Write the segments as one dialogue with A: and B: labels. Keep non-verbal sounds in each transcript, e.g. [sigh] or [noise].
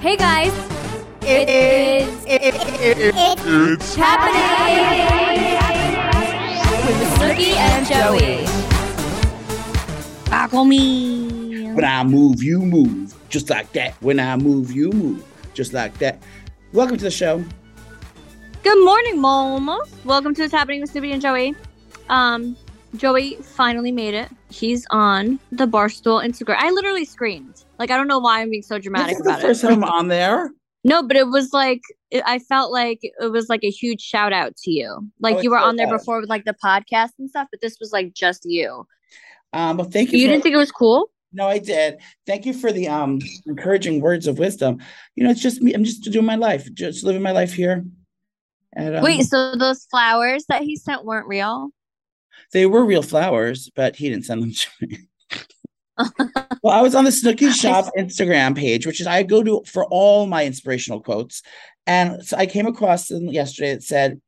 A: Hey guys,
B: It is. It is.
A: it's happening with Snooki and Joey.
C: Tackle me.
D: When I move, you move. Just like that. When I move, you move. Just like that. Welcome to the show.
C: Good morning, Mom. Welcome to What's Happening with Snoopy and Joey. Um, Joey finally made it. He's on the Barstool Instagram. I literally screamed. Like, I don't know why I'm being so dramatic
D: this is the
C: about it.
D: first time I'm on there.
C: No, but it was like, it, I felt like it was like a huge shout out to you. Like,
D: Oh,
C: you were
D: it's so
C: on there
D: bad.
C: before with like the podcast and stuff, but this was like just you.
D: Um, but thank you.
C: You
D: for-
C: didn't think it was cool?
D: no, I did. Thank you for the um encouraging words of wisdom. You know, it's just me. I'm just doing my life, just living my life here. And, um,
C: Wait, so those flowers that he sent weren't real?
D: they were real flowers, but he didn't send them to
C: [laughs]
D: me. well, I was on the Snooki Shop Instagram page, which is I go to for all my inspirational quotes. And so I came across them yesterday that said,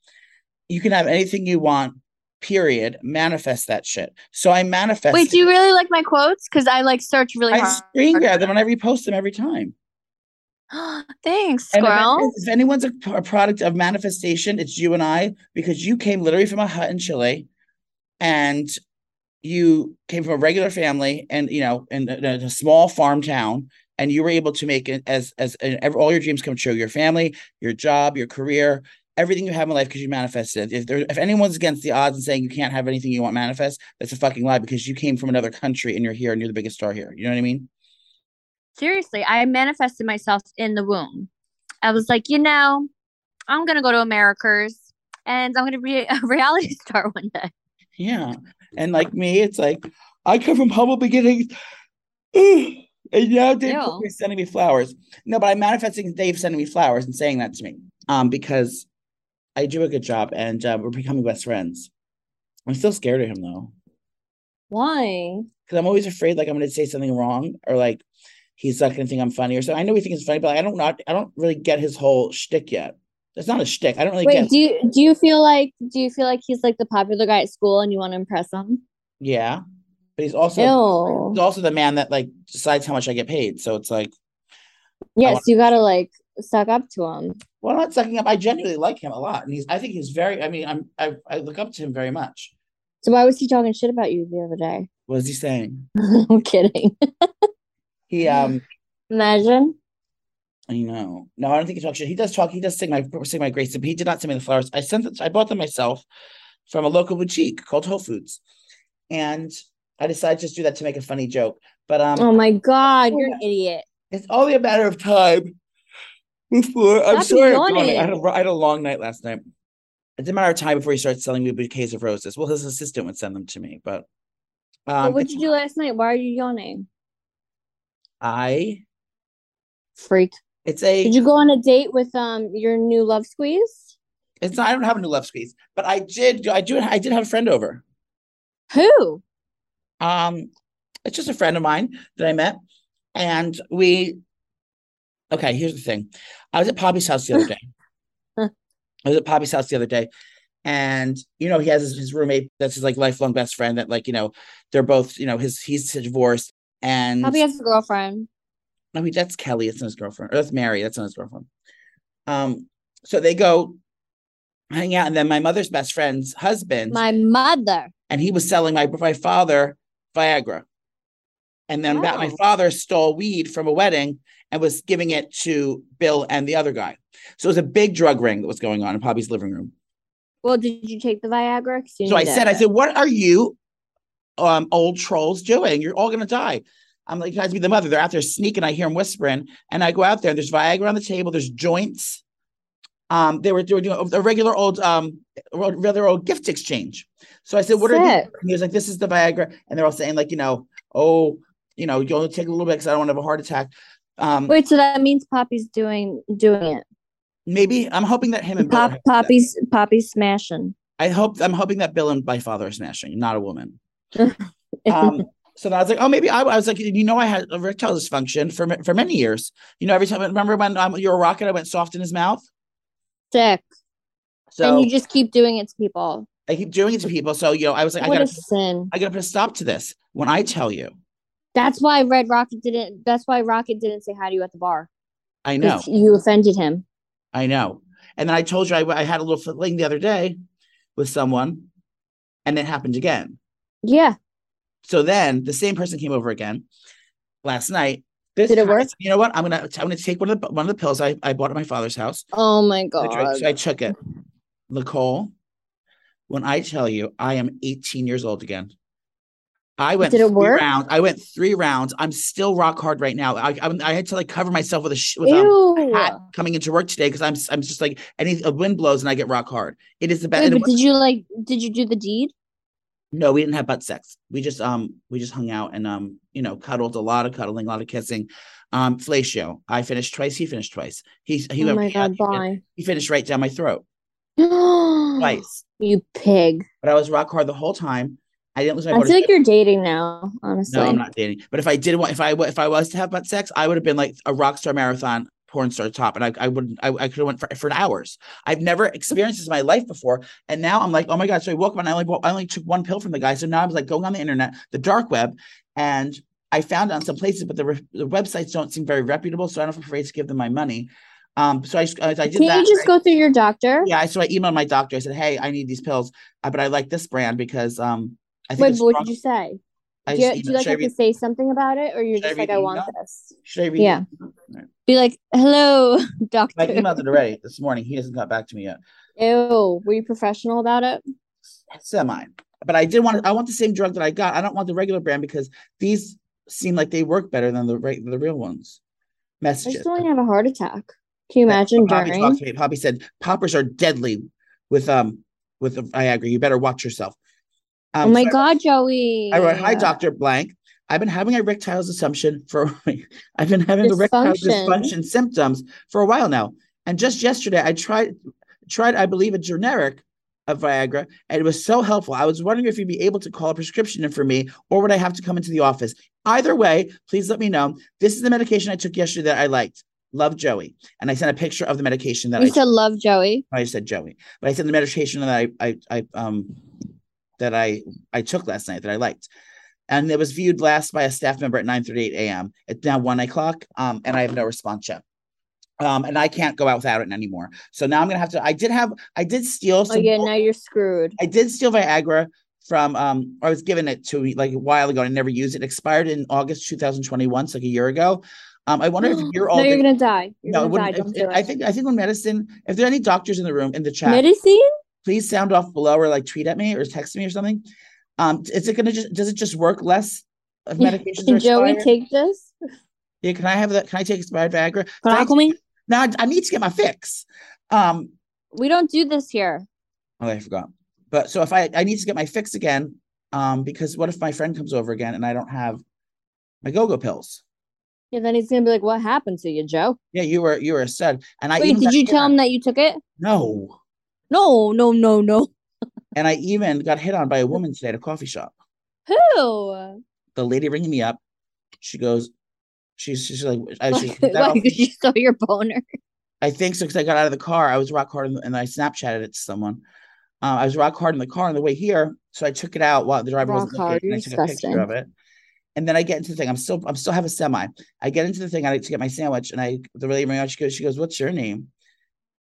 D: You can have anything you want, period. Manifest that shit. So I manifest.
C: Wait, do you really like my quotes? Because I like search really
D: I
C: hard.
D: screen grab them and I repost them every time.
C: [gasps] Thanks,
D: And if,
C: squirrel.
D: if anyone's a, a product of manifestation, it's you and I, because you came literally from a hut in Chile and you came from a regular family and, you know, in, a- in a small farm town. And you were able to make it as, as and ev- all your dreams come true your family, your job, your career, everything you have in life because you manifested. it. If, there, if anyone's against the odds and saying you can't have anything you want manifest, that's a fucking lie because you came from another country and you're here and you're the biggest star here. You know what I mean?
C: Seriously, I manifested myself in the womb. I was like, you know, I'm gonna go to America's and I'm gonna be [laughs] a reality star one day.
D: Yeah. And like me, it's like I come from humble beginnings. [sighs] and now Dave
C: Ew.
D: Portnoy is sending me flowers. No, but I'm manifesting Dave sending me flowers and saying that to me. Um, because I do a good job and uh, we're becoming best friends. I'm still scared of him though.
C: Why?
D: Because I'm always afraid like I'm gonna say something wrong or like he's not gonna think I'm funny or so. I know he thinks it's funny, but I don't not I don't really get his whole shtick yet. It's not a shtick. I don't really
C: Wait,
D: get
C: do you do you feel like do you feel like he's like the popular guy at school and you want to impress him?
D: yeah. But he's also
C: Ew.
D: he's also the man that like decides how much I get paid. So it's like
C: Yes, you gotta like suck up to him.
D: Well, I'm not sucking up. I genuinely like him a lot, and he's. I think he's very. I mean, I'm. I, I look up to him very much.
C: So why was he talking shit about you the other day? [laughs]
D: What is he saying?
C: I'm kidding. [laughs]
D: He um.
C: Imagine.
D: I know. No, I don't think he talks shit. He does talk. He does sing my sing my grace. But he did not send me the flowers. I sent. It, I bought them myself from a local boutique called Whole Foods, and I decided to just do that to make a funny joke. But um,
C: Oh my god, you're an idiot.
D: it's only a matter of time before. I'm
C: Stop
D: sorry. I'm yawning.
C: yawning.
D: I had, a, I had a long night last night. It's a matter of time before he starts selling me bouquets of roses. Well, his assistant would send them to me, but. Um,
C: what would you do last night? Why are you yawning?
D: I
C: Freak.
D: it's a
C: Did you go on a date with um your new love squeeze?
D: it's not I don't have a new love squeeze, but I did I do I did have a friend over.
C: Who?
D: Um it's just a friend of mine that I met and we Okay, here's the thing. I was at Poppy's house the other day. I was at Poppy's house the other day and you know he has his, his roommate that's his like lifelong best friend that like you know they're both you know his he's divorced and
C: Probably has a girlfriend.
D: I mean, that's Kelly. It's not his girlfriend. Or that's Mary. That's not his girlfriend. Um, so they go hang out, and then my mother's best friend's husband,
C: My mother.
D: and he was selling my my father Viagra, and then that my
C: Oh.
D: father stole weed from a wedding and was giving it to Bill and the other guy. So it was a big drug ring that was going on in Poppy's living room.
C: Well, did you take the Viagra? 'Cause you
D: So I
C: need
D: said,
C: it.
D: I said, what are you um old trolls doing? You're all gonna die. I'm like, you guys be the mother. They're out there sneaking. I hear them whispering. And I go out there, and there's Viagra on the table, there's joints. Um, they were doing you know, a regular old um ro- regular old gift exchange. So I said, What are these?
C: Sick.
D: And he was like, This is the Viagra, and they're all saying, like, you know, oh, you know, you only take a little bit because I don't want to have a heart attack. Um,
C: Wait, so that means Poppy's doing doing it.
D: maybe I'm hoping that him and Bill
C: Pop,
D: are having sex.
C: Poppy's Poppy's smashing. [laughs]
D: I hope I'm hoping that Bill and my father are smashing, not a woman. um, so then I was like, oh, maybe I, I was like, you know, I had erectile dysfunction for ma- for many years. You know, every time remember when um, you were rocking, I went soft in his mouth.
C: Sick.
D: So
C: and you just keep doing it to people.
D: I keep doing it to people. So you know, I was like, I
C: what a
D: gotta,
C: sin.
D: I gotta put a stop to this. When I tell you,
C: That's why Red Rocket didn't. That's why Rocket didn't say hi to you at the bar.
D: I know.
C: If you offended him.
D: I know. And then I told you I, I had a little fling the other day with someone, and it happened again.
C: Yeah.
D: So then the same person came over again last night. This
C: Did it
D: time I
C: work?
D: said, you know what? I'm gonna I'm gonna take one of the one of the pills I, I bought at my father's house.
C: Oh my
D: the drink,
C: god.
D: so I took it. Nicole, when I tell you I am 18 years old again. I went
C: Did it
D: three
C: work?
D: rounds. I went three rounds. I'm still rock hard right now. I I, I had to like cover myself with a sh- with um,
C: Ew.
D: hat coming into work today because I'm s- I'm just like any a wind blows and I get rock hard. It is the best.
C: Wait,
D: and it
C: but did you like? Did you do the deed?
D: No, we didn't have butt sex. We just um we just hung out and um you know cuddled a lot of cuddling, a lot of kissing. Um, fellatio. I finished twice. He finished twice. He he
C: oh
D: went
C: my
D: yeah,
C: god.
D: he fin-
C: Bye.
D: He finished right down my throat [gasps]
C: [gasps]
D: twice.
C: You pig.
D: But I was rock hard the whole time. I didn't lose my.
C: I
D: bonus
C: feel like
D: dip.
C: you're dating now. Honestly.
D: No, I'm not dating. But if I did want, if I wa- if I was to have butt sex, I would have been like a rock star marathon porn star top, and I I wouldn't I, I could have went for, for hours. I've never experienced this in my life before, and now I'm like, oh my god! So I woke up and I only bought- I only took one pill from the guy, so now I was like going on the internet, the dark web, and I found it on some places, but the, re- the websites don't seem very reputable, so I don't know if I'm afraid to give them my money. Um, so I just- I, I did
C: Can't
D: that.
C: you just go through your doctor?
D: Yeah, I so I emailed my doctor. I said, "Hey, I need these pills, uh, but I like this brand because um, I think
C: Wait,
D: it's
C: but what
D: strong-
C: did you say?
D: I
C: do you,
D: just
C: do you
D: emailed-
C: like
D: should I
C: have to
D: read-
C: say something about it, or you're
D: should I
C: just like,
D: read
C: I
D: the
C: want
D: email?
C: this?
D: should I read?
C: Yeah.
D: it? Alright.
C: Be like, hello, [laughs] doctor.
D: I emailed it already this morning. He hasn't got back to me yet.
C: Ew, were you professional about it?
D: Semi, but I did want. I want the same drug that I got. I don't want the regular brand because these seem like they work better than the right the real ones.
C: I
D: Messages.
C: just don't have a heart attack. Can you
D: Yeah,
C: imagine
D: Poppy
C: during?
D: talked to me. Poppy said poppers are deadly with um with the Viagra. You better watch yourself. Um,
C: oh my
D: so I-
C: god, Joey.
D: I wrote, "Hi, Doctor Blank. I've been having a erectile dysfunction for. [laughs] I've been having erectile
C: Dysfunction.
D: dysfunction symptoms for a while now, and just yesterday I tried tried I believe a generic of Viagra, and it was so helpful. I was wondering if you'd be able to call a prescription in for me, or would I have to come into the office? Either way, please let me know. This is the medication I took yesterday that I liked. Love Joey, and I sent a picture of the medication that I
C: You said love Joey.
D: I said Joey, but I said the meditation that I I, I um that I I took last night that I liked, and it was viewed last by a staff member at 9:38 a.m. It's now one o'clock, um, and I have no response yet. Um, and I can't go out without it anymore. So now I'm gonna have to. I did have. I did steal.
C: Oh
D: Some,
C: yeah, now you're screwed.
D: I did steal Viagra from. Um, I was given it to me like a while ago. and I never used it. Expired in August 2021, so like a year ago. Um, I
C: [gasps]
D: wonder if you're all.
C: no, you're gonna die. You're
D: no, it
C: gonna die.
D: wouldn't-
C: Don't do
D: if- I
C: it.
D: think I think when medicine. If there are any doctors in the room in the chat,
C: Medicine?
D: please sound off below or like tweet at me or text me or something. Um, is it gonna just does it just work less of medications?
C: Can
D: are
C: Joey
D: expired?
C: take this?
D: yeah, can I have that? Can I take expired Viagra?
C: Can I
D: Thank-
C: come in?
D: Now I- I need to get my fix. Um,
C: We don't do this here.
D: oh, I forgot. But so if I I need to get my fix again, um, because what if my friend comes over again and I don't have my go-go pills?
C: Yeah, then he's gonna be like, "What happened to you, Joe?"
D: Yeah, you were you were a stud, and I
C: Wait,
D: even
C: did
D: got-
C: you tell him that you took it?
D: no?
C: No, no, no, no.
D: And I even got hit on by a woman today at a coffee shop.
C: Who?
D: The lady ringing me up, she goes, she's she's like, I, she's,
C: [laughs] Why? Why? Because you saw your boner.
D: I think so because I got out of the car. I was rock hard in the- and I Snapchatted it to someone. Um, I was rock hard in the car on the way here, so I took it out while the driver
C: Rock
D: wasn't
C: hard,
D: looking. and I
C: you're
D: took a
C: disgusting.
D: picture of it, and then I get into the thing. I'm still, I'm still have a semi. I get into the thing. I like to get my sandwich, and I the lady ran out. She goes, she goes, what's your name?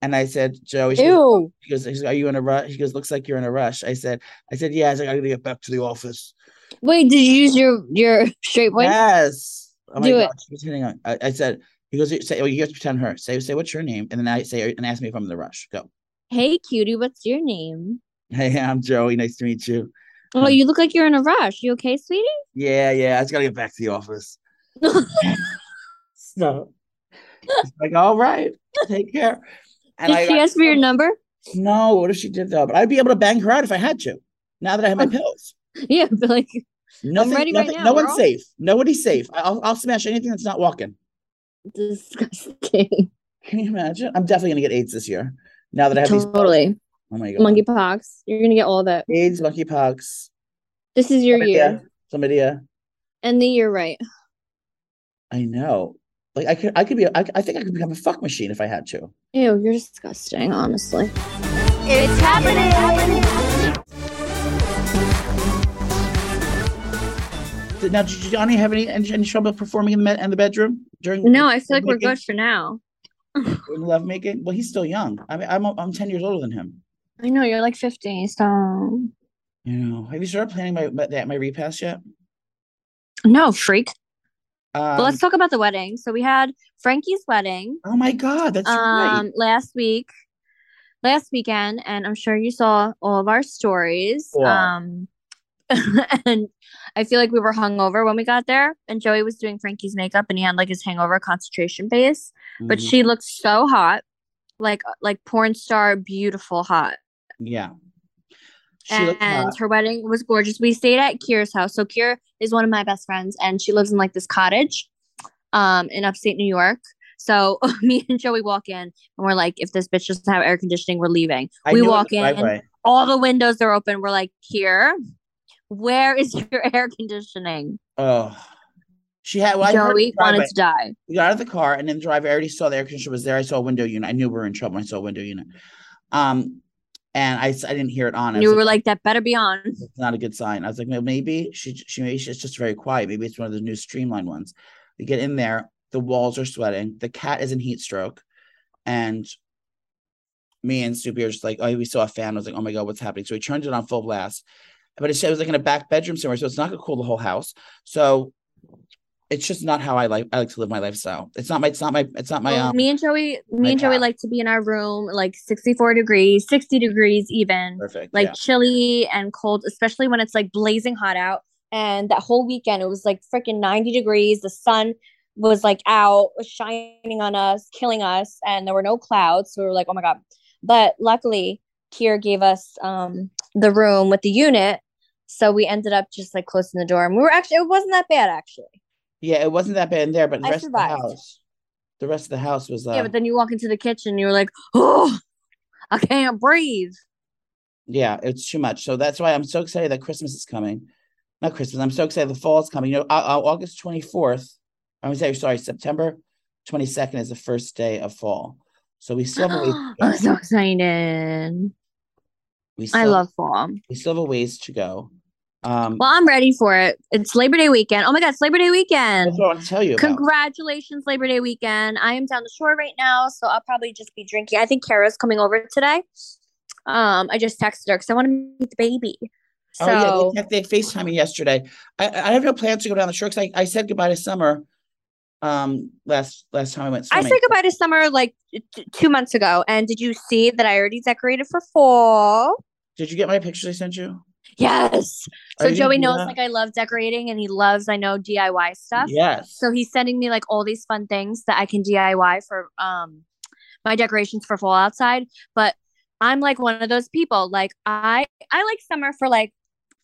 D: And I said, Joey. She goes,
C: Ew.
D: she goes, "She's- are you in a rush? She goes, looks like you're in a rush. I said, I said, yeah. I was like, I gotta get back to the office.
C: Wait, did you use your your straight voice?
D: Yes. Oh my
C: Do it.
D: God, she was hitting on. I, I said, he goes, say, oh, you have to pretend her. Say, say, what's your name? And then I say, and ask me if I'm in the rush. Go.
C: Hey, cutie, what's your name?
D: Hey, [laughs] I'm Joey. Nice to meet you.
C: Oh,
D: Hmm.
C: you look like you're in a rush. You okay, sweetie?
D: Yeah, yeah. I just gotta get back to the office. so it's like, all right, take care. And
C: Did
D: I
C: she ask for your number? [laughs]
D: no. What if she did though? But I'd be able to bang her out if I had to. Now that I have my pills,
C: Yeah, [laughs] but like,
D: nothing.
C: Oh, ready right
D: nothing
C: now,
D: no one's
C: girl.
D: safe. Nobody's safe. I- I'll I'll smash anything that's not walking. [laughs]
C: disgusting.
D: Can you imagine? I'm definitely gonna get AIDS this year. Now that I have these.
C: totally.
D: Oh my god.
C: Monkeypox. You're gonna get all that.
D: AIDS, monkeypox,
C: This is your
D: chlamydia,
C: year.
D: chlamydia.
C: And then you're right.
D: I know. Like I could, I could be. a- I, I think I could become a fuck machine if I had to.
C: Ew, you're disgusting, honestly.
B: It's happening.
D: Did- Now, did Johnny have any, any any trouble performing in the med- in the bedroom during?
E: No, I feel like we're
D: Making-
E: good for now.
D: in lovemaking. Well, he's still young. I mean, I'm I'm ten years older than him.
F: I know you're like 15, so
D: You know, have you started planning my my- that my repast yet?
C: No, freak.
D: Um,
C: But let's talk about the wedding. So we had Frankie's wedding
D: oh my god, that's right.
C: um last week, last weekend, and I'm sure you saw all of our stories.
D: Yeah.
C: Um [laughs] and I feel like we were hungover when we got there, and Joey was doing Frankie's makeup, and he had like his hangover concentration base. But
D: Mhm.
C: she looked so hot, like uh, like porn star, beautiful hot.
D: yeah, she
C: and
D: looked uh, hot.
C: her wedding was gorgeous. We stayed at Kira's house. So Kira is one of my best friends, and she lives in like this cottage, um, in upstate New York. So [laughs] me and Joey walk in, and we're like, if this bitch doesn't have air conditioning, we're leaving.
D: I
C: we
D: knew it
C: walk
D: was
C: in,
D: driveway.
C: all the windows are open. We're like, here, where is [laughs] your air conditioning?
D: Oh, she had. Well, I heard
C: Joey
D: the driveway.
C: wanted to die.
D: We got out of the car and then drive. I already saw the air conditioner was there. I saw a window unit. I knew we were in trouble. when I saw a window unit. Um, and I, s- I didn't hear it on. I
C: And you
D: was
C: were like,
D: like,
C: that better be on.
D: it's not a good sign. I was like, no, maybe she j- she maybe she's just very quiet. Maybe it's one of the new streamlined ones. We get in there, the walls are sweating. The cat is in heat stroke, and me and Snoopy are just like, oh, we saw a fan. I was like, oh my god, what's happening? So we turned it on full blast, but it, said it was like in a back bedroom somewhere, so it's not gonna cool the whole house. So it's just not how I like I like to live my lifestyle. It's not my it's not my it's not my
C: Well,
D: um,
C: Oh, me and Joey,
D: my
C: me and Joey
D: cat.
C: like to be in our room, like 64 degrees, 60 degrees even.
D: perfect
C: like
D: yeah.
C: chilly and cold, especially when it's like blazing hot out. And that whole weekend, it was like freaking 90 degrees. The sun was like out, was shining on us, killing us, and there were no clouds. So we were like, oh my God. But luckily, Kier gave us um, the room with the unit. So we ended up just like closing the door. And we were actually, it wasn't that bad actually.
D: yeah, it wasn't that bad in there, but the
C: I
D: rest of
C: survived.
D: the house, the rest of the house was uh,
C: yeah, but then you walk into the kitchen, you were like, oh, I can't breathe.
D: Yeah, it's too much. So that's why I'm so excited that Christmas is coming. Not Christmas. I'm so excited the fall is coming. You know, Au- Au- August 24th. I'm sorry, sorry, September 22nd is the first day of fall. So we still have a ways
C: [gasps]
D: to
C: I'm
D: go.
C: Oh, so excited.
D: We still,
C: I love fall.
D: we still have a ways to go. Um,
C: Well, I'm ready for it. It's Labor Day weekend. Oh my God, it's Labor Day weekend.
D: that's what I want to tell you about.
C: Congratulations, Labor Day weekend. I am down the shore right now, so I'll probably just be drinking. I think Kara's coming over today. Um, I just texted her because I want to meet the baby. So,
D: Oh yeah, they, they FaceTime me yesterday. I, I I have no plans to go down the shore because I, I said goodbye to summer. Um, last last time I went
C: I
D: swimming.
C: said goodbye to summer like t- two months ago. And did you see that I already decorated for fall?
D: Did you get my pictures I sent you?
C: Yes. So
D: Are you
C: Joey knows
D: not-
C: like I love decorating and he loves I know DIY stuff.
D: Yes.
C: So he's sending me like all these fun things that I can DIY for um my decorations for fall outside. But I'm like one of those people. Like I I like summer for like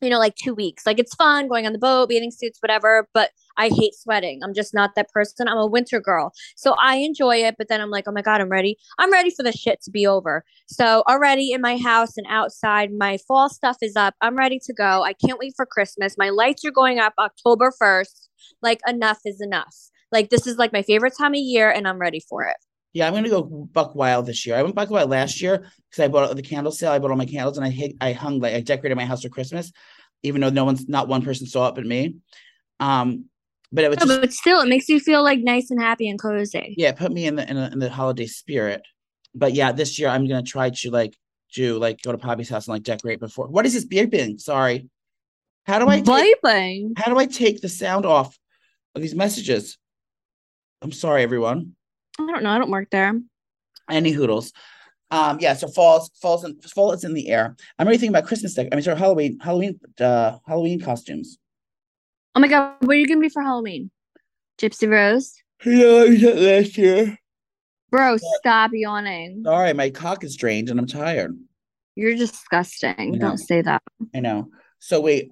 C: you know like two weeks. Like it's fun going on the boat, bathing suits, whatever. But I hate sweating. I'm just not that person. I'm a winter girl. So I enjoy it, but then I'm like, oh my God, I'm ready. I'm ready for the shit to be over. So already in my house and outside, my fall stuff is up. I'm ready to go. I can't wait for Christmas. My lights are going up October 1st. Like, enough is enough. Like, this is like my favorite time of year, and I'm ready for it.
D: Yeah, I'm gonna go buck wild this year. I went buck wild last year because I bought the candle sale. I bought all my candles and I hit, I hung like I decorated my house for Christmas, even though no one's not one person saw it but me. Um, but it was just
C: but still, it makes you feel like nice and happy and cozy.
D: yeah, it put me in the in, the in the holiday spirit. But yeah, this year I'm gonna try to like do like go to Poppy's house and like decorate before. What is this beeping? Sorry, how do I take-
C: Vaping.
D: how do I take the sound off of these messages? I'm sorry, everyone.
C: I don't know. I don't work there.
D: any hoodles. Um, yeah, so falls, falls, and fall is in the air. I'm already thinking about Christmas. Dec- I mean, sorry, Halloween, Halloween, uh, Halloween costumes.
C: Oh my God. What are you going to be for Halloween? Gypsy Rose?
D: You know, I did last year.
C: Bro, stop yawning.
D: Sorry, my cock is drained and I'm tired.
C: You're disgusting.
D: No.
C: Don't say that.
D: I know. So wait,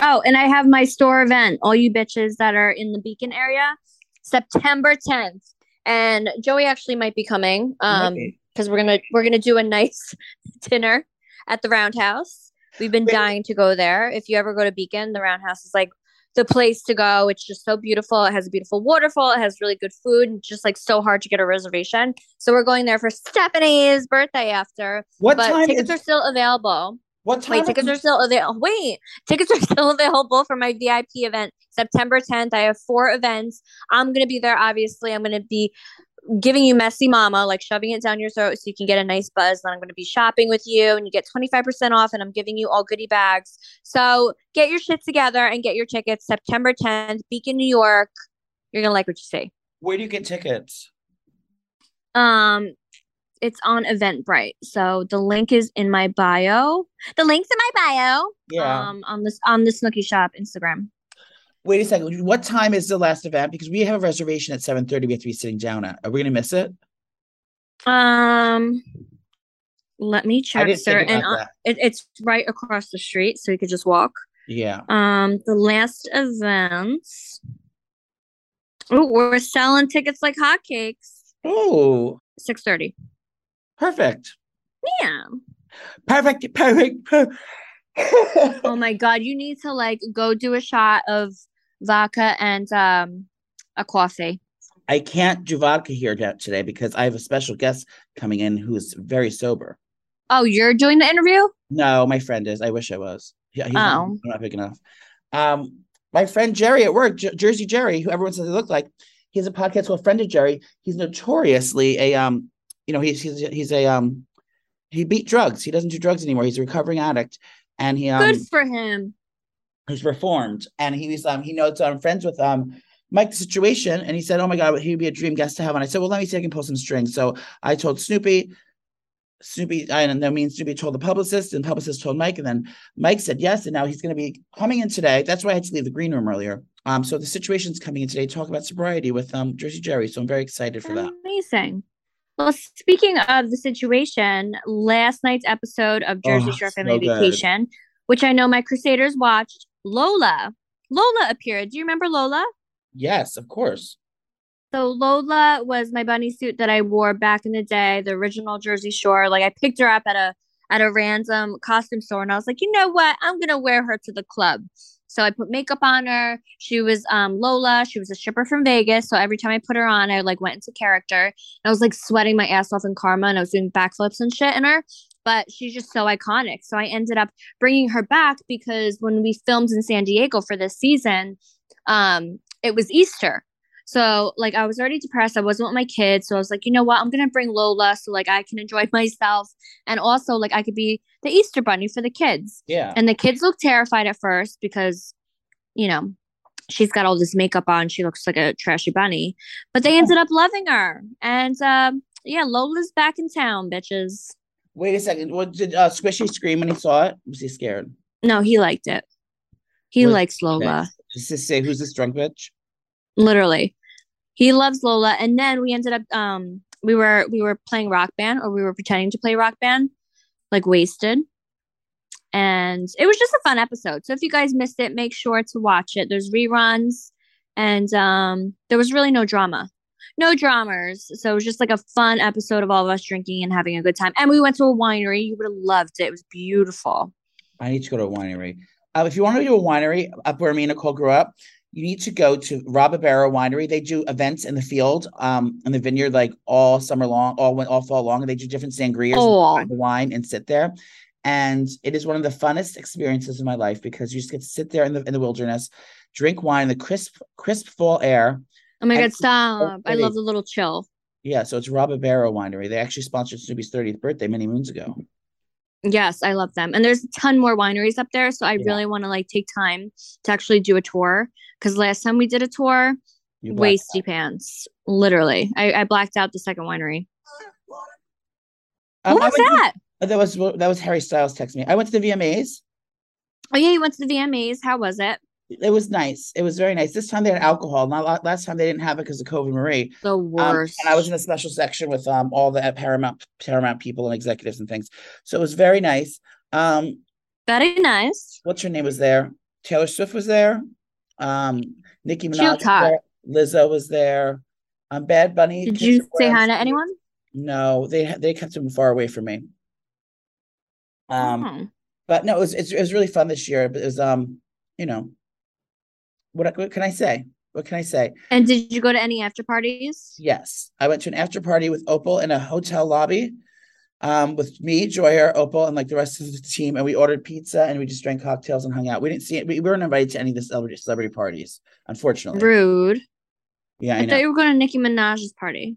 C: Oh, and I have my store event, all you bitches that are in the Beacon area, September 10th. And Joey actually might be coming um
D: Maybe.
C: because we're gonna we're gonna do a nice [laughs] dinner at the Roundhouse. We've been
D: Wait.
C: dying to go there. If you ever go to Beacon, the Roundhouse is like the place to go. It's just so beautiful. It has a beautiful waterfall. It has really good food. And just like so hard to get a reservation. So we're going there for Stephanie's birthday after.
D: what
C: But
D: time
C: tickets
D: is
C: are still available.
D: what time?
C: Wait, tickets
D: is-
C: are still available. Wait, tickets are [laughs] still available for my VIP event September 10th. I have four events. I'm gonna be there. Obviously, I'm gonna be giving you messy mama, like shoving it down your throat so you can get a nice buzz. Then I'm going to be shopping with you and you get 25% off and I'm giving you all goodie bags. So get your shit together and get your tickets September 10th, Beacon, New York. You're going to like what you see.
D: Where do you get tickets?
C: Um, it's on Eventbrite. So the link is in my bio. The link's in my bio.
D: Yeah.
C: Um, on this on the Snooki Shop Instagram.
D: Wait a second. What time is the last event? Because we have a reservation at seven thirty. We have to be sitting down at. Are we gonna miss it?
C: Um, let me
D: I
C: check,
D: didn't
C: sir.
D: think
C: And
D: about
C: uh,
D: that.
C: it, it's right across the street, so you could just walk.
D: Yeah.
C: Um, the last events. Ooh, we're selling tickets like hotcakes.
D: Oh,
C: Six thirty.
D: perfect.
C: Yeah.
D: Perfect. Perfect. per-
C: Oh my god, you need to like go do a shot of vodka and um a coffee.
D: I can't do vodka here to- today because I have a special guest coming in who's very sober.
C: Oh, you're doing the interview?
D: No, my friend is. I wish I was. Yeah, he's not,
C: Oh.
D: I'm not big enough. Um, my friend Jerry at work, Jer- Jersey Jerry, who everyone says they look like, he has a podcast called Friend of Jerry. He's notoriously a um, you know, he's he's he's a um, he beat drugs. He doesn't do drugs anymore. He's a recovering addict, and he um,
C: Good for him.
D: who's performed and he was um he knows I'm friends with um Mike the situation and he said, Oh my god, he would be a dream guest to have. And I said, Well, let me see if I can pull some strings. So I told Snoopy, Snoopy, I don't know, me and Snoopy told the publicist, and the publicist told Mike, and then Mike said yes, and now he's gonna be coming in today. That's why I had to leave the green room earlier. Um, so the situation's coming in today, talk about sobriety with um Jersey Jerry. So I'm very excited for that.
C: Amazing. Well, speaking of the situation, last night's episode of Jersey
D: Oh,
C: Shore
D: so
C: Family
D: good.
C: Vacation, which I know my Crusaders watched, Lola. Lola appeared. Do you remember Lola?
D: Yes, of course.
C: So Lola was my bunny suit that I wore back in the day, the original Jersey Shore. Like I picked her up at a at a random costume store and I was like, you know what? I'm gonna wear her to the club. So I put makeup on her. She was um Lola, she was a stripper from Vegas. So every time I put her on, I like went into character. I was like sweating my ass off in karma and I was doing backflips and shit in her. But she's just so iconic. So I ended up bringing her back because when we filmed in San Diego for this season, um, it was Easter. So like I was already depressed. I wasn't with my kids. So I was like, you know what? I'm gonna bring Lola so like I can enjoy [laughs] myself and also like I could be the Easter bunny for the kids.
D: Yeah.
C: And the kids look terrified at first because, you know, she's got all this makeup on. She looks like a trashy bunny. But they ended up loving her. And um yeah, Lola's back in town, bitches.
D: Wait a second. What did uh, Squishy scream when he saw it? Was he scared?
C: No, he liked it. He
D: What-
C: likes Lola.
D: Does this say who's this drunk bitch?
C: literally he loves lola and then we ended up um we were we were playing rock band or we were pretending to play rock band like wasted and it was just a fun episode so if you guys missed it make sure to watch it there's reruns and um there was really no drama no dramas so it was just like a fun episode of all of us drinking and having a good time and we went to a winery you would have loved it it was beautiful
D: I need to go to a winery. Uh, if you want to do a winery up where me and Nicole grew up, you need to go to Robabera Winery. They do events in the field, um, in the vineyard, like all summer long, all win- all fall long, and they do different sangrias,
C: Oh.
D: and the wine, and sit there. And it is one of the funnest experiences of my life because you just get to sit there in the in the wilderness, drink wine, the crisp crisp fall air.
C: oh my
D: And
C: god
D: it's so
C: stop i love
D: pretty.
C: the little chill
D: Yeah, so it's Robabera Winery. They actually sponsored Snoopy's thirtieth birthday many moons ago.
C: Yes, I love them. And there's a ton more wineries up there, so I
D: Yeah.
C: really want to like take time to actually do a tour cuz last time we did a tour,
D: You black-
C: wasty pants, literally. I I blacked out the second winery.
D: Um, I
C: what was
D: went to- Oh,
C: that?
D: That was that was Harry Styles texting me. I went to the VMAs.
C: Oh yeah, you went to the VMAs. How was it?
D: it was nice. It was very nice. This time they had alcohol. Not la- last time they didn't have it because of COVID Marie.
C: The
D: Um,
C: worst.
D: and I was in a special section with um all the Paramount Paramount people and executives and things. So it was very nice. Um,
C: very nice.
D: what's her name was there? Taylor Swift was there. Um, Nicki
C: was
D: Minaj was
C: hot.
D: there. Lizzo was there. Um, Bad Bunny.
C: Did
D: Kendrick
C: you say hi
D: Williams.
C: to anyone?
D: No, they ha- they kept him far away from me. Um,
C: Oh.
D: but no, it was it's, it was really fun this year. But it was um, you know, what what can I say? What can I say?
C: And did you go to any after parties?
D: Yes, I went to an after party with Opal in a hotel lobby, um, with me, Joyer, Opal, and like the rest of the team, and we ordered pizza and we just drank cocktails and hung out. We didn't see it. We we weren't invited to any of the celebrity celebrity parties, unfortunately.
C: Rude.
D: Yeah,
C: I,
D: I
C: thought
D: know.
C: you were going to Nicki Minaj's party.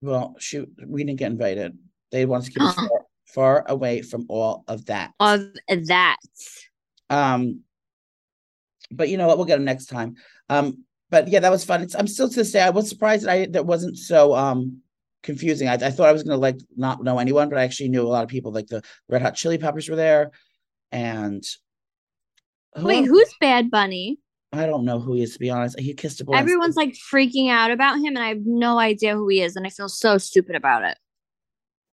D: Well, shoot, we didn't get invited. They want to keep us far, far away from all of that.
C: Of that.
D: Um, but you know what? We'll get them next time. Um, but yeah, that was fun. It's, I'm still to this day. I was surprised that I that wasn't so um confusing. I, I thought I was gonna like not know anyone, but I actually knew a lot of people. Like the Red Hot Chili Peppers were there, and who
C: Wait,
D: else?
C: who's Bad Bunny?
D: I don't know who he is to be honest. He kissed a boy. on
C: Everyone's like freaking out about him, and I have no idea who he is, and I feel so stupid about it.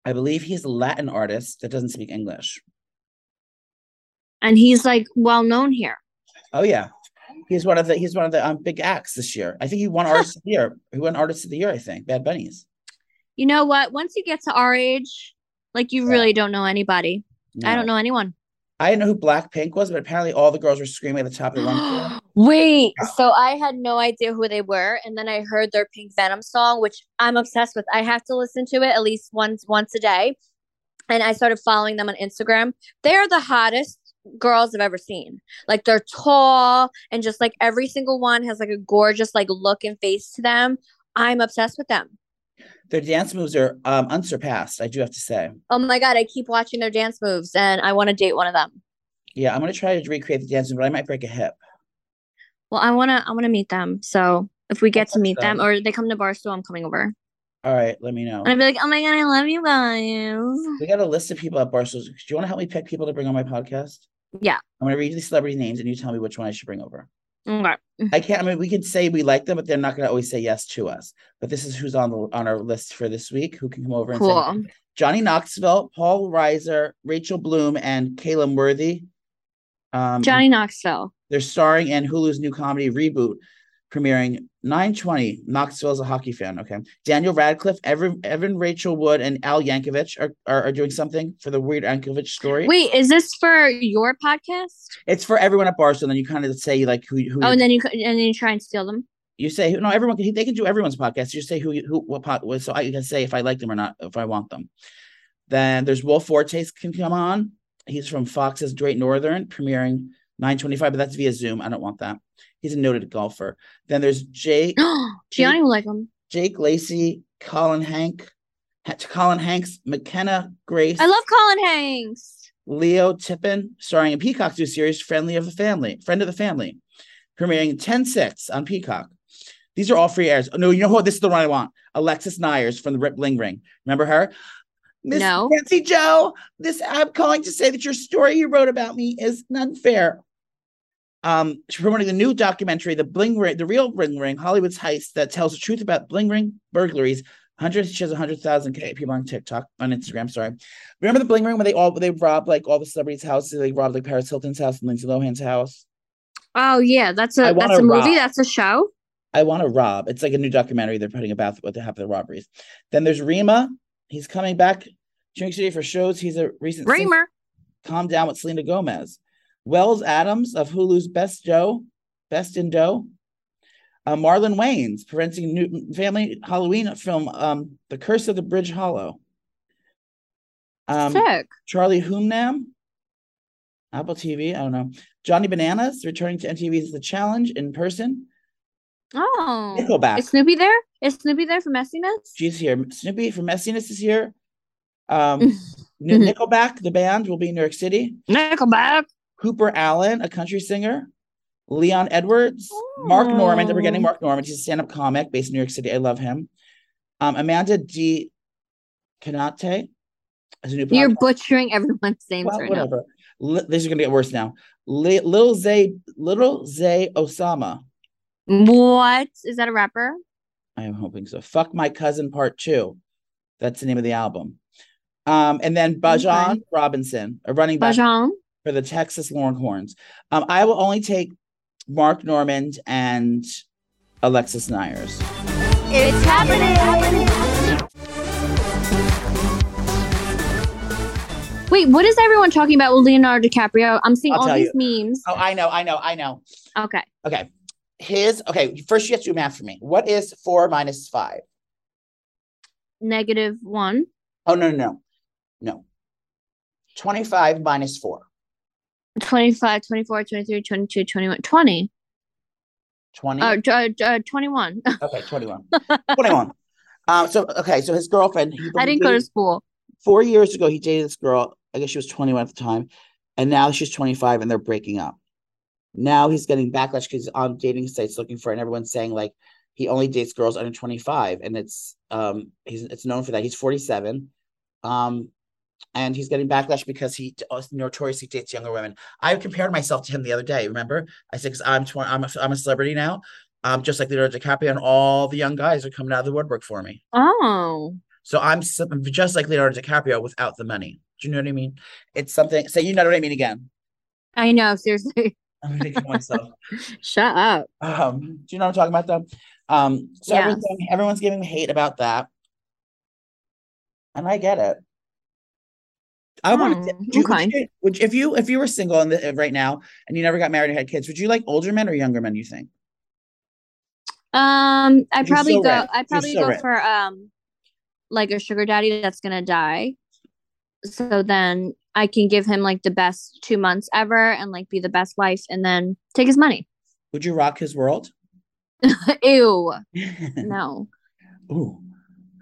D: I believe he's a Latin artist that doesn't speak English.
C: And he's like well known here.
D: Oh yeah, he's one of the he's one of the um, big acts this year. I think he won artist of the year. He won artist of the year. I think Bad Bunnies.
C: You know what? Once you get to our age, like you
D: Yeah.
C: really don't know anybody. I don't know anyone.
D: I didn't know who Blackpink was, but apparently all the girls were screaming at the top of
C: [gasps]
D: their lungs.
C: Wait, so I had no idea who they were, and then I heard their Pink Venom song, which I'm obsessed with. I have to listen to it at least once once a day, and I started following them on Instagram. They are the hottest girls I've ever seen. Like they're tall, and just like every single one has like a gorgeous like look and face to them. I'm obsessed with them.
D: Their dance moves are um, unsurpassed. I do have to say.
C: Oh my god, I keep watching their dance moves, and I want to date one of them.
D: Yeah, I'm gonna try to recreate the dance move, but I might break a hip.
C: Well, I wanna I wanna meet them. So if we get to meet
D: Awesome.
C: them or they come to Barstool, I'm coming over.
D: All right, let me know.
C: And I'd be like, oh my god, I love you guys.
D: We got a list of people at Barstool. Do you want to help me pick people to bring on my podcast?
C: Yeah.
D: I'm gonna read you the celebrity names, and you tell me which one I should bring over.
C: Okay.
D: I can't. I mean, we could say we like them, but they're not going to always say yes to us. But this is who's on the on our list for this week. Who can come over? And say-
C: Cool.
D: Johnny Knoxville, Paul Reiser, Rachel Bloom, and Caleb Worthy.
C: [laughs]
D: Um,
C: Johnny Knoxville.
D: They're starring in Hulu's new comedy reboot, premiering 920. Knoxville's a hockey fan. Okay. Daniel Radcliffe, Evan, Evan Rachel Wood, and Al Yankovic are, are, are doing something for the Weird Yankovic story.
C: Wait, is this for your podcast?
D: It's for everyone at Barstool. And then you kind of say like who who
C: Oh,
D: you,
C: and then you c- and then you try and steal them. [gasps]
D: you say who no everyone can they can do everyone's podcast. You say who you- who what pod what- so I can say if I like them or not if I want them. Then there's Wolf Fortes can come on. He's from Fox's Great Northern, premiering 925, but that's via Zoom. I don't want that. He's a noted golfer. Then there's Jake
C: Gianni will like them.
D: Jake Lacey, Colin Hank, Ha- Colin Hanks, McKenna Grace,
C: I love Colin Hanks.
D: Leo Tippin, starring in Peacock's new series, Friendly of the Family, Friend of the Family, premiering 10-6 on Peacock. These are all free airs. Oh, no, you know what? This is the one I want. Alexis Nyers from the Rip Bling Ring. Remember her? Miss
C: No.
D: Nancy Joe, this I'm calling to say that your story you wrote about me is unfair. Um, she's promoting the new documentary, The Bling Ring, The Real Bling Ring, Hollywood's Heist, that tells the truth about Bling Ring burglaries. 100, she has 100,000 K people on TikTok, on Instagram, sorry. Remember the Bling Ring when they all, they robbed like all the celebrities' houses? They robbed like Paris Hilton's house and Lindsay Lohan's house.
C: Oh yeah, that's
D: I
C: a
D: wanna
C: that's a movie.
D: rock.
C: That's a show.
D: I want to rob. It's like a new documentary they're putting about what they have the robberies. Then there's Rima. He's coming back to New York City for shows. He's a recent singer.
C: Raymer.
D: Calm Down with Selena Gomez. Wells Adams of Hulu's Best Joe, Best in Doe. Uh, Marlon Wayans, Parenting Newton Family Halloween film, um, The Curse of the Bridge Hollow. Um,
C: Sick.
D: Charlie Humnam, Apple TV, I don't know. Johnny Bananas, returning to MTV's The Challenge in person.
C: Oh.
D: Nickelback.
C: Is Snoopy there? Is Snoopy there for messiness?
D: She's here. Snoopy from Messiness is here. Um, Ni-
C: Mhm.
D: Nickelback, the band, will be in New York City.
C: Nickelback.
D: Cooper Allen, a country singer. Leon Edwards, Mark Norman. We're getting
C: Oh.
D: Mark Norman. He's a stand-up comic based in New York City. I love him. Um, Amanda D. Canate is a new
C: You're
D: podcast.
C: butchering everyone's names
D: Well,
C: right now.
D: whatever. Li- this is gonna get worse now. Li- Little Zay, Little Zay Osama.
C: What is that a rapper?
D: I am hoping so. Fuck My Cousin Part Two. That's the name of the album. Um, and then Bajan Robinson, a running back
C: Bajan.
D: for the Texas Longhorns. Um, I will only take Mark Normand and Alexis Nyers.
A: It's happening.
C: Wait, what is everyone talking about with Leonardo DiCaprio? I'm seeing
D: I'll
C: all
D: tell
C: these memes.
D: Oh, I know, I know, I know.
C: Okay.
D: Okay. His okay. First, you have to do math for me. What is four minus five?
C: Negative one.
D: Oh no, no, no, no. Twenty-five minus four.
C: 25, 24, 23, 22, 21, 20.
D: Twenty.
C: Uh, t- uh, t- uh, 21.
D: okay, twenty-one. Twenty-one. Um, so okay, so his girlfriend. he-
C: [laughs] I didn't go to school.
D: four years ago he dated this girl i guess she was 21 at the time and now she's 25 and they're breaking up now he's getting backlash because on dating sites looking for it, and everyone's saying like he only dates girls under 25 and it's um he's it's known for that he's 47 um and he's getting backlash because he t- uh, notoriously dates younger women i compared myself to him the other day remember i said because i'm 20 I'm a, I'm a celebrity now um just like leonardo dicaprio and all the young guys are coming out of the woodwork for me
C: Oh,
D: so I'm s- just like Leonardo DiCaprio without the money. Do you know what I mean? It's something. Say you know what I mean again. [laughs]
C: I know. Seriously, [laughs]
D: I'm gonna kill myself.
C: shut up.
D: Um, do you know what I'm talking about though? Um, so
C: Yes.
D: everything, everyone's giving me hate about that, and I get it. I want to.
C: Oh,
D: Would you,
C: okay.
D: would you- would you- if you if you were single and the, uh, right now and you never got married or had kids, would you like older men or younger men? You think?
C: Um, I
D: You're
C: probably
D: so
C: go.
D: rich.
C: I
D: You're
C: probably
D: so
C: go
D: rich.
C: for um, like a sugar daddy that's gonna die. So then I can give him like the best two months ever, and like be the best wife, and then take his money. [laughs]
D: Would you rock his world? [laughs]
C: Ew, no.
D: Ooh,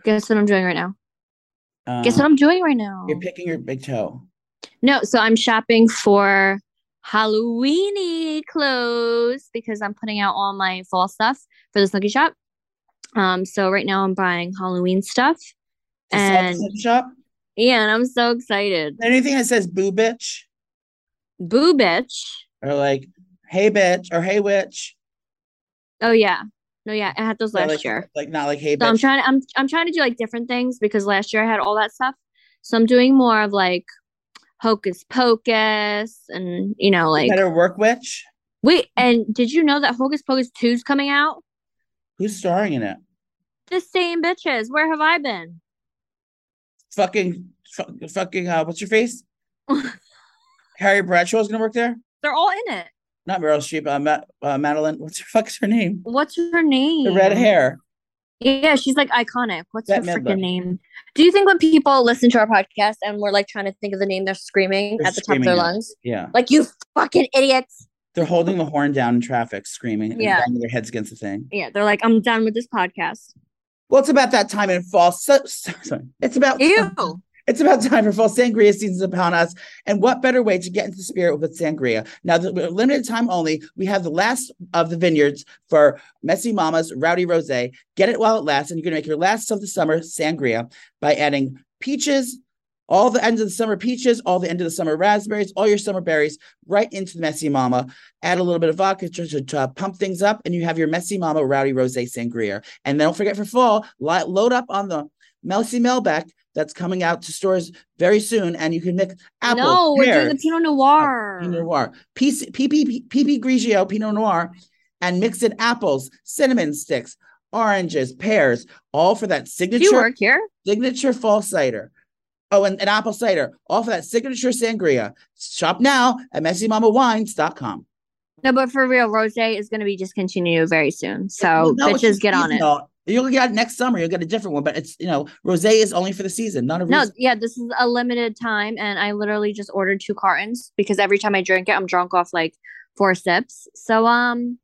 C: Guess what I'm doing right now? Guess
D: um,
C: what I'm doing right now?
D: You're picking your big toe.
C: No, so I'm shopping for Halloweeny clothes because I'm putting out all my fall stuff for the Snooki shop. Um, so right now I'm buying Halloween stuff.
D: To sell at the
C: And-
D: sex shop.
C: Yeah, and I'm so excited.
D: Anything that says "boo bitch."
C: Boo bitch.
D: or like, "Hey bitch" or "Hey witch."
C: Oh yeah. No, yeah, I had those
D: Not
C: last
D: like,
C: year.
D: like not like "Hey
C: So I'm
D: bitch."
C: trying to I'm I'm trying to do like different things because last year I had all that stuff. So I'm doing more of like hocus pocus and you know like
D: Better work witch.
C: wait and did you know that hocus pocus 2's coming out?
D: Who's starring in it?
C: The same bitches. Where have I been?
D: Fucking, fuck, fucking. Uh, what's
C: [laughs]
D: your face? Harry Bradshaw's gonna work there.
C: They're all in it.
D: Not Meryl Streep. Uh, Ma- uh, Madeline. What's her fuck's her name?
C: What's her name?
D: The red hair.
C: Yeah, she's like iconic. What's
D: Bette
C: her
D: Midler.
C: freaking name? Do you think when people listen to our podcast and we're like trying to think of the name, they're screaming
D: They're
C: at the top of their
D: screaming it.
C: lungs?
D: Yeah,
C: Like, you fucking idiots.
D: they're holding the horn down in traffic, screaming and
C: Yeah.
D: banging their heads against the thing.
C: Yeah, they're like, I'm done with this podcast.
D: Well, it's about that time in fall. So, so- sorry. It's about
C: Ew.
D: It's about time for fall sangria seasons upon us. And what better way to get into the spirit with sangria? Now, the we're limited time only, we have the last of the vineyards for Messy Mama's Rowdy Rose. Get it while it lasts, and you're going to make your last of the summer sangria by adding peaches, all the end of the summer peaches, all the end of the summer raspberries, all your summer berries right into the Messy Mama. Add a little bit of vodka to, to- to pump things up, and you have your Messy Mama Rowdy Rose sangria. And don't forget for fall, li- load up on the Melsey Melbeck that's coming out to stores very soon, and you can mix apple.
C: no, we're doing the
D: pear,
C: Pinot Noir.
D: Pinot Noir, PC, PP, PP Grigio Pinot Noir, and mix in apples, cinnamon sticks, oranges, pears, all for that
C: Do you
D: signature
C: work here?
D: signature fall cider. Oh, and, and apple cider, all for that signature sangria. Shop now at messymamawines.com.
C: No, but for real, Rose is going to be discontinued very soon. So,
D: No, it's
C: bitches,
D: just
C: get on it.
D: seasonal. You'll get it next summer. You'll get a different one, but it's you know rosé is only for the season, not a
C: No,
D: reason.
C: yeah, this is a limited time, and I literally just ordered two cartons because every time I drink it, I'm drunk off like four sips. So, um,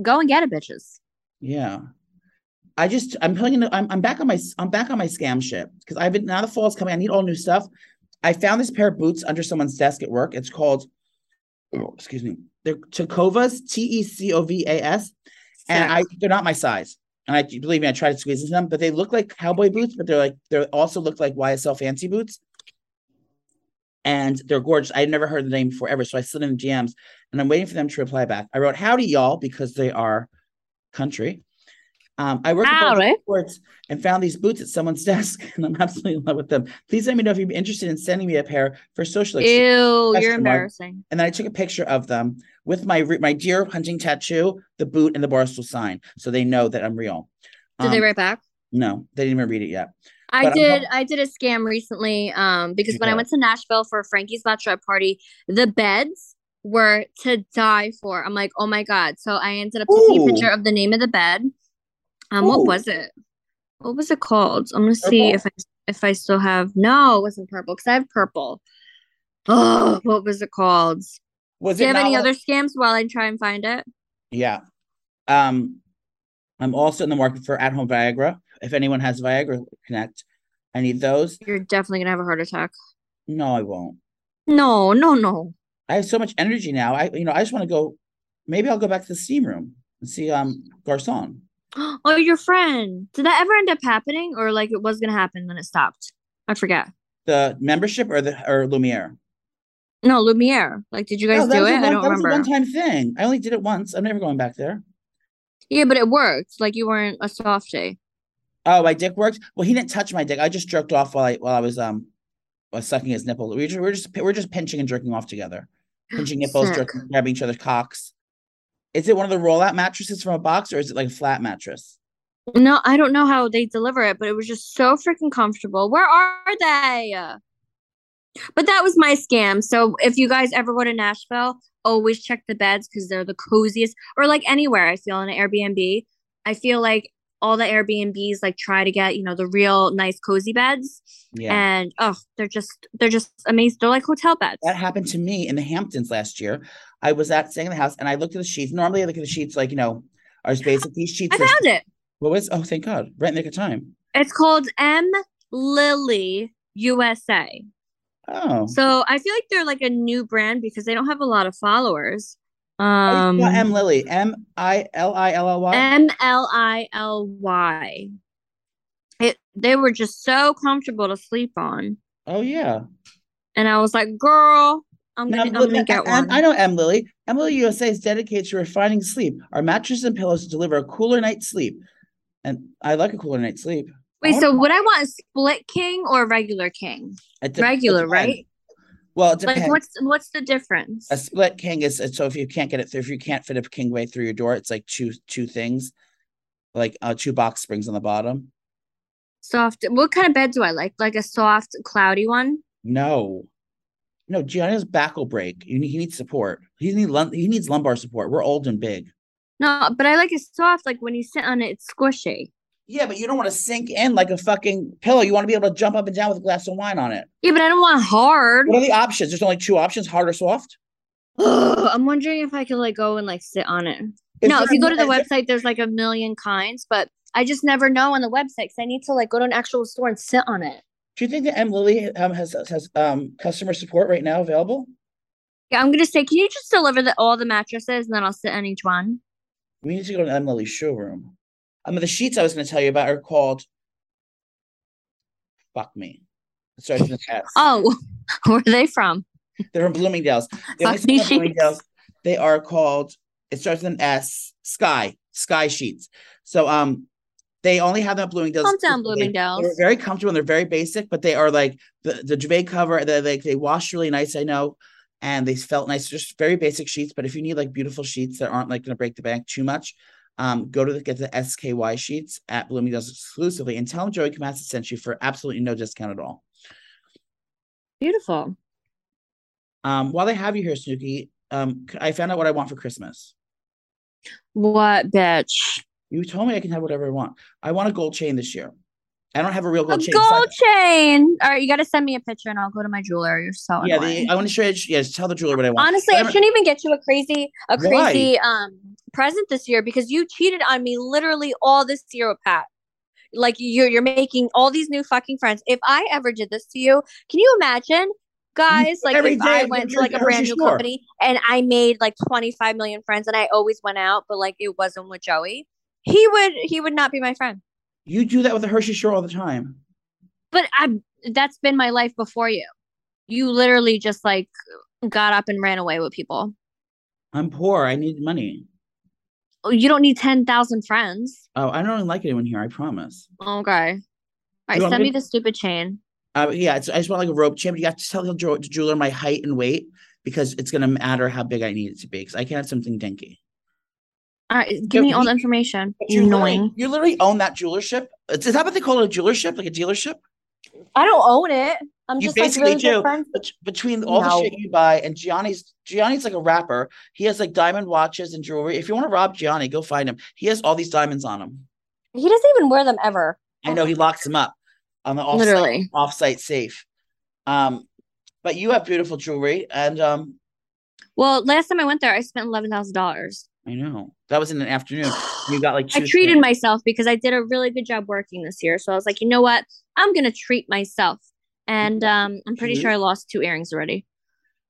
C: go and get it, bitches.
D: Yeah. I just I'm putting in- I'm I'm back on my I'm back on my scam shit because I've been now the fall's coming. I need all new stuff. I found this pair of boots under someone's desk at work. It's called oh, excuse me. They're Tecovas, E T-E-C-O-V-A-S. And I they're not my size. And I believe me, I tried to squeeze into them, but they look like cowboy boots, but they're like they also look like YSL fancy boots. And they're gorgeous. I had never heard the name before ever. So I slid in the DMs and I'm waiting for them to reply back. I wrote howdy y'all because they are country. Um, I work with
C: Howdy.
D: sports and found these boots at someone's [laughs] desk, and I'm absolutely in love with them. Please let me know if you'd be interested in sending me a pair for social exchange
C: Ew,
D: Question
C: you're
D: mark.
C: embarrassing.
D: and then I took a picture of them with my re- my deer hunting tattoo, the boot, and the barstool sign, so they know that I'm real.
C: Did they
D: Um,
C: write back?
D: no, they didn't even read it yet.
C: I
D: but I'm
C: did. I did a scam recently. Um, because
D: You
C: when I
D: did.
C: went to Nashville for Frankie's bachelorette party, the beds were to die for. I'm like, oh my god. So I ended up taking a
D: Ooh.
C: picture of the name of the bed. Um, what
D: Ooh.
C: was it? What was it called? I'm gonna see
D: Purple?
C: if I if I still have. No, it wasn't purple because I have purple. Oh, what was it called?
D: Was
C: Do you have
D: it not
C: any
D: like-
C: other scams while I try and find it?
D: Yeah. Um, I'm also in the market for at home Viagra. If anyone has Viagra Connect, I need those.
C: You're definitely gonna have a heart attack.
D: No, I won't.
C: No, no, no.
D: I have so much energy now. I you know I just want to go. Maybe I'll go back to the steam room and see um Garcon.
C: [gasps] Oh, your friend. Did that ever end up happening, or like it was gonna happen then it stopped? I forget.
D: The membership or the or Lumiere.
C: No, Lumiere. Like, did you guys
D: No, that
C: do
D: was
C: it?
D: a
C: I
D: one-
C: don't
D: that was
C: remember.
D: a one-time thing. I only did it once. I'm never going back there.
C: Yeah, but it worked. Like, you weren't a softie.
D: Oh, my dick worked. Well, he didn't touch my dick. I just jerked off while I while I was um was sucking his nipple. We were just we were just, we were just pinching and jerking off together,
C: [gasps]
D: pinching nipples,
C: Sick.
D: jerking, grabbing each other's cocks. Is it one of the rollout mattresses from a box, or is it like a flat mattress?
C: No, I don't know how they deliver it, but it was just so freaking comfortable. Where are they? But that was my scam. So if you guys ever go to Nashville, always check the beds because they're the coziest. Or like anywhere, I feel in an Airbnb, I feel like all the Airbnbs like try to get you know the real nice cozy beds,
D: Yeah.
C: and oh, they're just they're just amazing. They're like hotel beds.
D: that happened to me in the Hamptons last year. I was at staying in the house and I looked at the sheets. Normally, I look at the sheets like you know,
C: [gasps]
D: are just basic. These sheets.
C: I
D: are-
C: found it.
D: what was? Oh, thank God! Right in the nick of time.
C: It's called M Lily USA.
D: Oh,
C: So I feel like they're like a new brand because they don't have a lot of followers.
D: I
C: Um,
D: just saw Oh, M Lily. M I L I L L Y.
C: M L I L Y. It they were just so comfortable to sleep on,
D: Oh yeah.
C: and I was like, "Girl, I'm
D: Now,
C: gonna, I'm gonna
D: look,
C: get
D: I- I-
C: one."
D: I know M. Lily. M. Lily USA is dedicated to refining sleep. Our mattresses and pillows deliver a cooler night's sleep. And I like a cooler night's sleep.
C: Wait,
D: I
C: so would I want a split king or a regular king?
D: It dep-
C: Regular,
D: depends.
C: right?
D: Well, it
C: Like,
D: depends.
C: what's what's the difference?
D: a split king is is- so if you can't get it through, if you can't fit a king way through your door, it's like two two things, like uh, two box springs on the bottom.
C: Soft. What kind of bed do I like? Like a soft, cloudy one.
D: No, no, Gianna's back will break. You need, he needs support. He need lum- he needs lumbar support. We're old and big.
C: No, but I like it soft. Like when you sit on it, it's squishy.
D: Yeah, but you don't want to sink in like a fucking pillow. You want to be able to jump up and down with a glass of wine on it.
C: Yeah, but I don't want hard.
D: What are the options? There's only two options: hard or
C: [gasps]
D: soft.
C: Ugh, I'm wondering if I could like go and like sit on it. no, if you go to the website, there's like a million kinds, but I just never know on the website because I need to like go to an actual store and sit on it.
D: do you think that M Lily um, has has um, customer support right now available?
C: Yeah, I'm gonna say, can you just deliver the, all the mattresses and then I'll sit on each one?
D: We need to go to M Lily's showroom. Um, the sheets I was going to tell you about are called. Fuck me. It starts with an
C: [laughs]
D: S.
C: Oh, where are they from?
D: They're from Bloomingdale's. They only
C: Fuck me
D: sell in
C: sheets.
D: Bloomingdale's. They are called. It starts with an S. Sky Sky sheets. So um, they only have that Bloomingdale's.
C: Calm down,
D: exclusively. They're
C: Bloomingdale's.
D: very comfortable and they're very basic, but they are like the the duvet cover. They like they wash really nice. I know, and they felt nice. Just very basic sheets. But if you need like beautiful sheets that aren't like going to break the bank too much, um, go to the, get the SKY sheets at Bloomingdale's exclusively, and tell them Joey Kamasa sent you for absolutely no discount at all.
C: Beautiful.
D: Um, while they have you here, Snooki, um, c- I found out what I want for Christmas.
C: What bitch?
D: You told me I can have whatever I want. I want a gold chain this year. I don't have a real
C: A
D: gold chain. so I-
C: gold chain. All right, you gotta send me a picture and I'll go to my jeweler. You're so
D: yeah,
C: annoying.
D: the, I want to show you. Yeah, just tell the jeweler what I want.
C: Honestly,
D: But
C: I
D: I'm-
C: shouldn't even get you a crazy a
D: Why?
C: crazy um present this year because you cheated on me literally all this year with Pat. Like you're you're making all these new fucking friends. If I ever did this to you, can you imagine? Guys, like
D: every
C: if I
D: day
C: went to
D: you're
C: like a
D: at Hershey
C: brand new
D: Shore.
C: company and I made like 25 million friends and I always went out, but like it wasn't with Joey, he would he would not be my friend.
D: You do that with the Hershey Shore all the time.
C: But I that's been my life before you. You literally just like got up and ran away with people.
D: I'm poor. I need money.
C: Oh, you don't need 10,000 friends.
D: Oh, I don't even like anyone here. I promise.
C: Okay. All
D: You
C: right,
D: want
C: send
D: me
C: me the stupid chain.
D: Uh, yeah, it's, I just want like a rope chain. But you have to tell the jew- jeweler my height and weight because it's gonna matter how big I need it to be. Because I can't have something dinky.
C: All right,
D: Yeah,
C: give me all
D: you-
C: the information.
D: But you literally,
C: Annoying.
D: you literally own that jewelership. Is that what they call it? A jewelership, like a dealership?
C: I don't own it. I'm
D: You
C: just like
D: basically
C: really good
D: do.
C: friends.
D: bet- between all the shit you buy and Gianni's Gianni's like a rapper. He has like diamond watches and jewelry. If you want to rob Gianni, go find him. He has all these diamonds on him.
C: He doesn't even wear them ever.
D: I know he locks them up on the off
C: Oh. Literally.
D: offsite safe. Um, but you have beautiful jewelry and um
C: Well, last time I went there, I spent $11,000.
D: I know. That was in an afternoon. You got like
C: [gasps] I
D: two
C: treated
D: scoops.
C: myself because I did a really good job working this year. So I was like, you know what? I'm gonna treat myself. And um, I'm pretty
D: Mhm.
C: sure I lost two earrings already.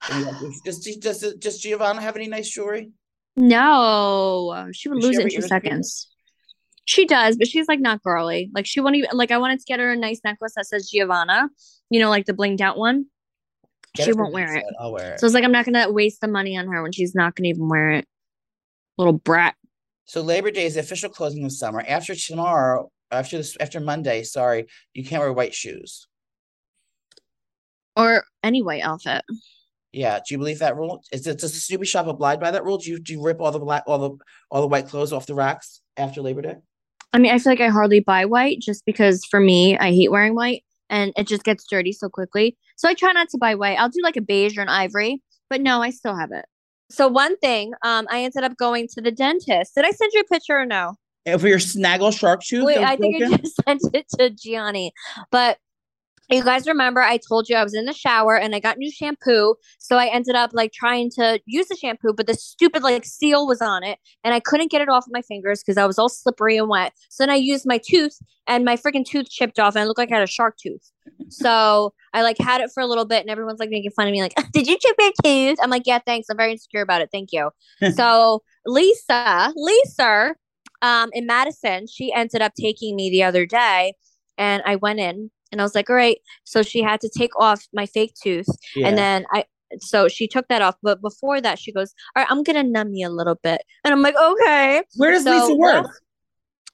D: And you got- Does does does Giovanna have any nice jewelry?
C: No, she would
D: Does she
C: lose it
D: ever
C: in two
D: irritate you?
C: seconds. She does, but she's like not girly. Like she won't even like. I wanted to get her a nice necklace that says Giovanna, you know, like the blinged out one.
D: Get
C: she
D: for
C: won't wear
D: me,
C: it.
D: said, I'll wear it.
C: So it's like I'm not gonna waste the money on her when she's not gonna even wear it. Little brat.
D: So Labor Day is the official closing of summer. After tomorrow, after this, after Monday, sorry, you can't wear white shoes.
C: Or anyway, outfit.
D: Yeah, do you believe that rule? Is it does the Snoopy shop abide by that rule? Do you do you rip all the black, all the all the white clothes off the racks after Labor Day?
C: I mean, I feel like I hardly buy white just because for me, I hate wearing white and it just gets dirty so quickly. So I try not to buy white. I'll do like a beige or an ivory, but no, I still have it. So one thing, um, I ended up going to the dentist. Did I send you a picture or no?
D: And for your snaggle shark tooth,
C: Wait,
D: that was
C: I think I
D: broken?
C: just [laughs] sent it to Gianni. But you guys remember I told you I was in the shower and I got new shampoo. So I ended up like trying to use the shampoo, but the stupid like seal was on it and I couldn't get it off my fingers because I was all slippery and wet. So then I used my tooth and my freaking tooth chipped off and I looked like I had a shark tooth. So I like had it for a little bit and everyone's like making fun of me, like, [laughs] Did you chip your tooth? I'm like, Yeah, thanks. I'm very insecure about it. Thank
D: [laughs]
C: you. so Lisa, Lisa, um, in Madison, she ended up taking me the other day, and I went in and I was like, "All right." So she had to take off my fake tooth,
D: Yeah.
C: and then I. So she took that off, but before that, she goes, "All right, I'm gonna numb you a little bit," and I'm like, "Okay."
D: Where does
C: so uh,
D: Lisa work?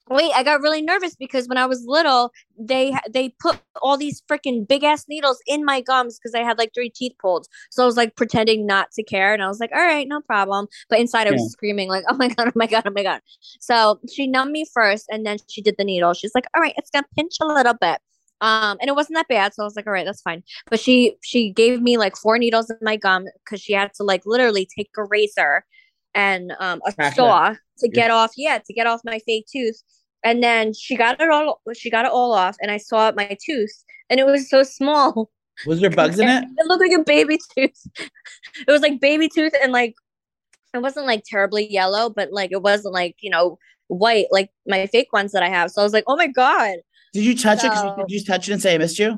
C: Wait, I got really nervous because when I was little, they they put all these freaking big ass needles in my gums because I had like three teeth pulled. So I was like pretending not to care, and I was like, "All right, no problem." But inside, I was
D: Yeah.
C: screaming like, "Oh my god! Oh my god! Oh my god!" So she numbed me first, and then she did the needle. She's like, "All right, it's gonna pinch a little bit." Um, and it wasn't that bad, so I was like, "All right, that's fine." But she she gave me like four needles in my gum because she had to like literally take a razor and um, a
D: Crack it.
C: saw to get off yeah to get off my fake tooth and then she got it all she got it all off and i saw my tooth and it was so small
D: Was there bugs in it?
C: it looked like a baby [laughs] tooth it was like baby tooth and like it wasn't like terribly yellow but like it wasn't like you know white like my fake ones that i have so i was like oh my god
D: Did you touch it? 'Cause you-
C: No.
D: Did you touch it and say I missed you?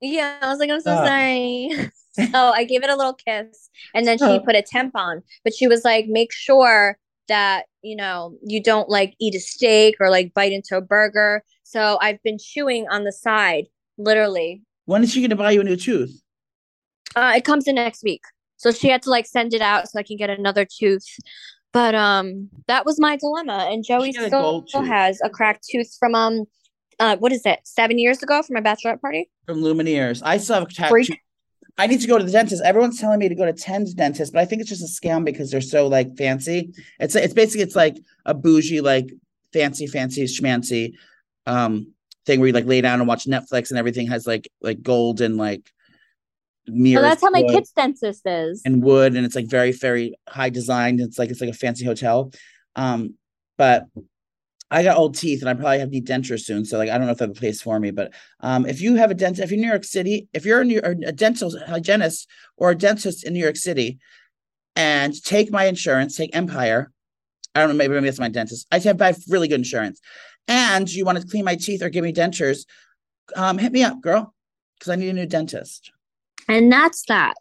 C: yeah i was like i'm so
D: Oh.
C: sorry [laughs] so i gave it a little kiss and then she
D: Oh.
C: put a temp on but she was like make sure that you know you don't like eat a steak or like bite into a burger so i've been chewing on the side literally
D: When is she gonna buy you a new tooth?
C: uh, it comes in next week so she had to like send it out so i can get another tooth but um that was my dilemma and joey
D: got a
C: still
D: gold tooth.
C: has a cracked tooth from um uh what is it seven years ago from a bachelorette party
D: From Lumineers. I still have a tattoo.
C: Freak.
D: I need to go to the dentist. Everyone's telling me to go to Ten's dentist, but I think it's just a scam because they're so like fancy. It's it's basically it's like a bougie, like fancy, fancy, schmancy um thing where you like lay down and watch Netflix and everything has like like gold and like
C: well
D: mirrors.
C: that's how my
D: wood
C: kid's dentist is
D: and wood and it's like very very high designed it's like it's like a fancy hotel um but i got old teeth and i probably have need dentures soon so like i don't know if they have a place for me but um if you have a dentist if you're in new york city if you're a, new, or a dental hygienist or a dentist in new york city and take my insurance take empire i don't know maybe, maybe that's my dentist i have, I have really good insurance and you want to clean my teeth or give me dentures um hit me up girl because i need a new dentist
C: and that's that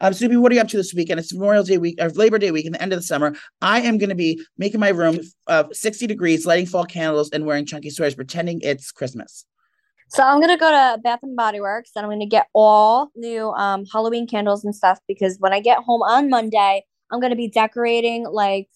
D: um, Snoopy, what are you up to this weekend? It's Memorial Day week or Labor Day week and the end of the summer. I am going to be making my room uh, 60 degrees, lighting fall candles, and wearing chunky sweaters, pretending it's Christmas.
C: So I'm gonna go to Bath and Body Works, and I'm gonna get all new um, Halloween candles and stuff because when I get home on Monday, I'm gonna be decorating like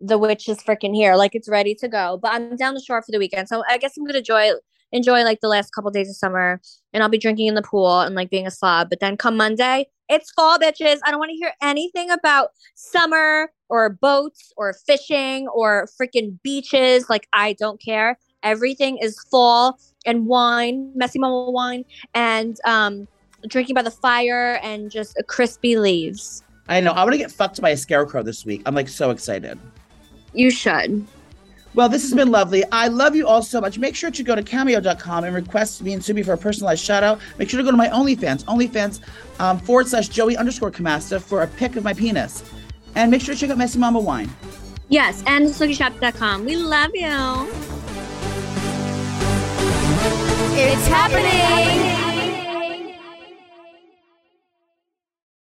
C: the witch is freaking here, like it's ready to go. But I'm down the shore for the weekend, so I guess I'm gonna enjoy enjoy like the last couple days of summer, and I'll be drinking in the pool and like being a slob. But then come Monday, it's fall, bitches. I don't want to hear anything about summer or boats or fishing or freaking beaches. Like I don't care. Everything is fall and wine, messy mama wine, and um, drinking by the fire and just uh, crispy leaves.
D: I know. I want to get fucked by a scarecrow this week. I'm like so excited.
C: You should.
D: Well, this has been lovely. I love you all so much. Make sure to go to cameo.com and request me and Subi for a personalized shout out. Make sure to go to my OnlyFans, OnlyFans um, forward slash Joey underscore Camasta for a pic of my penis. And make sure to check out Messy Mama Wine.
C: Yes, and HisukiShop.com. We love you.
A: It's happening.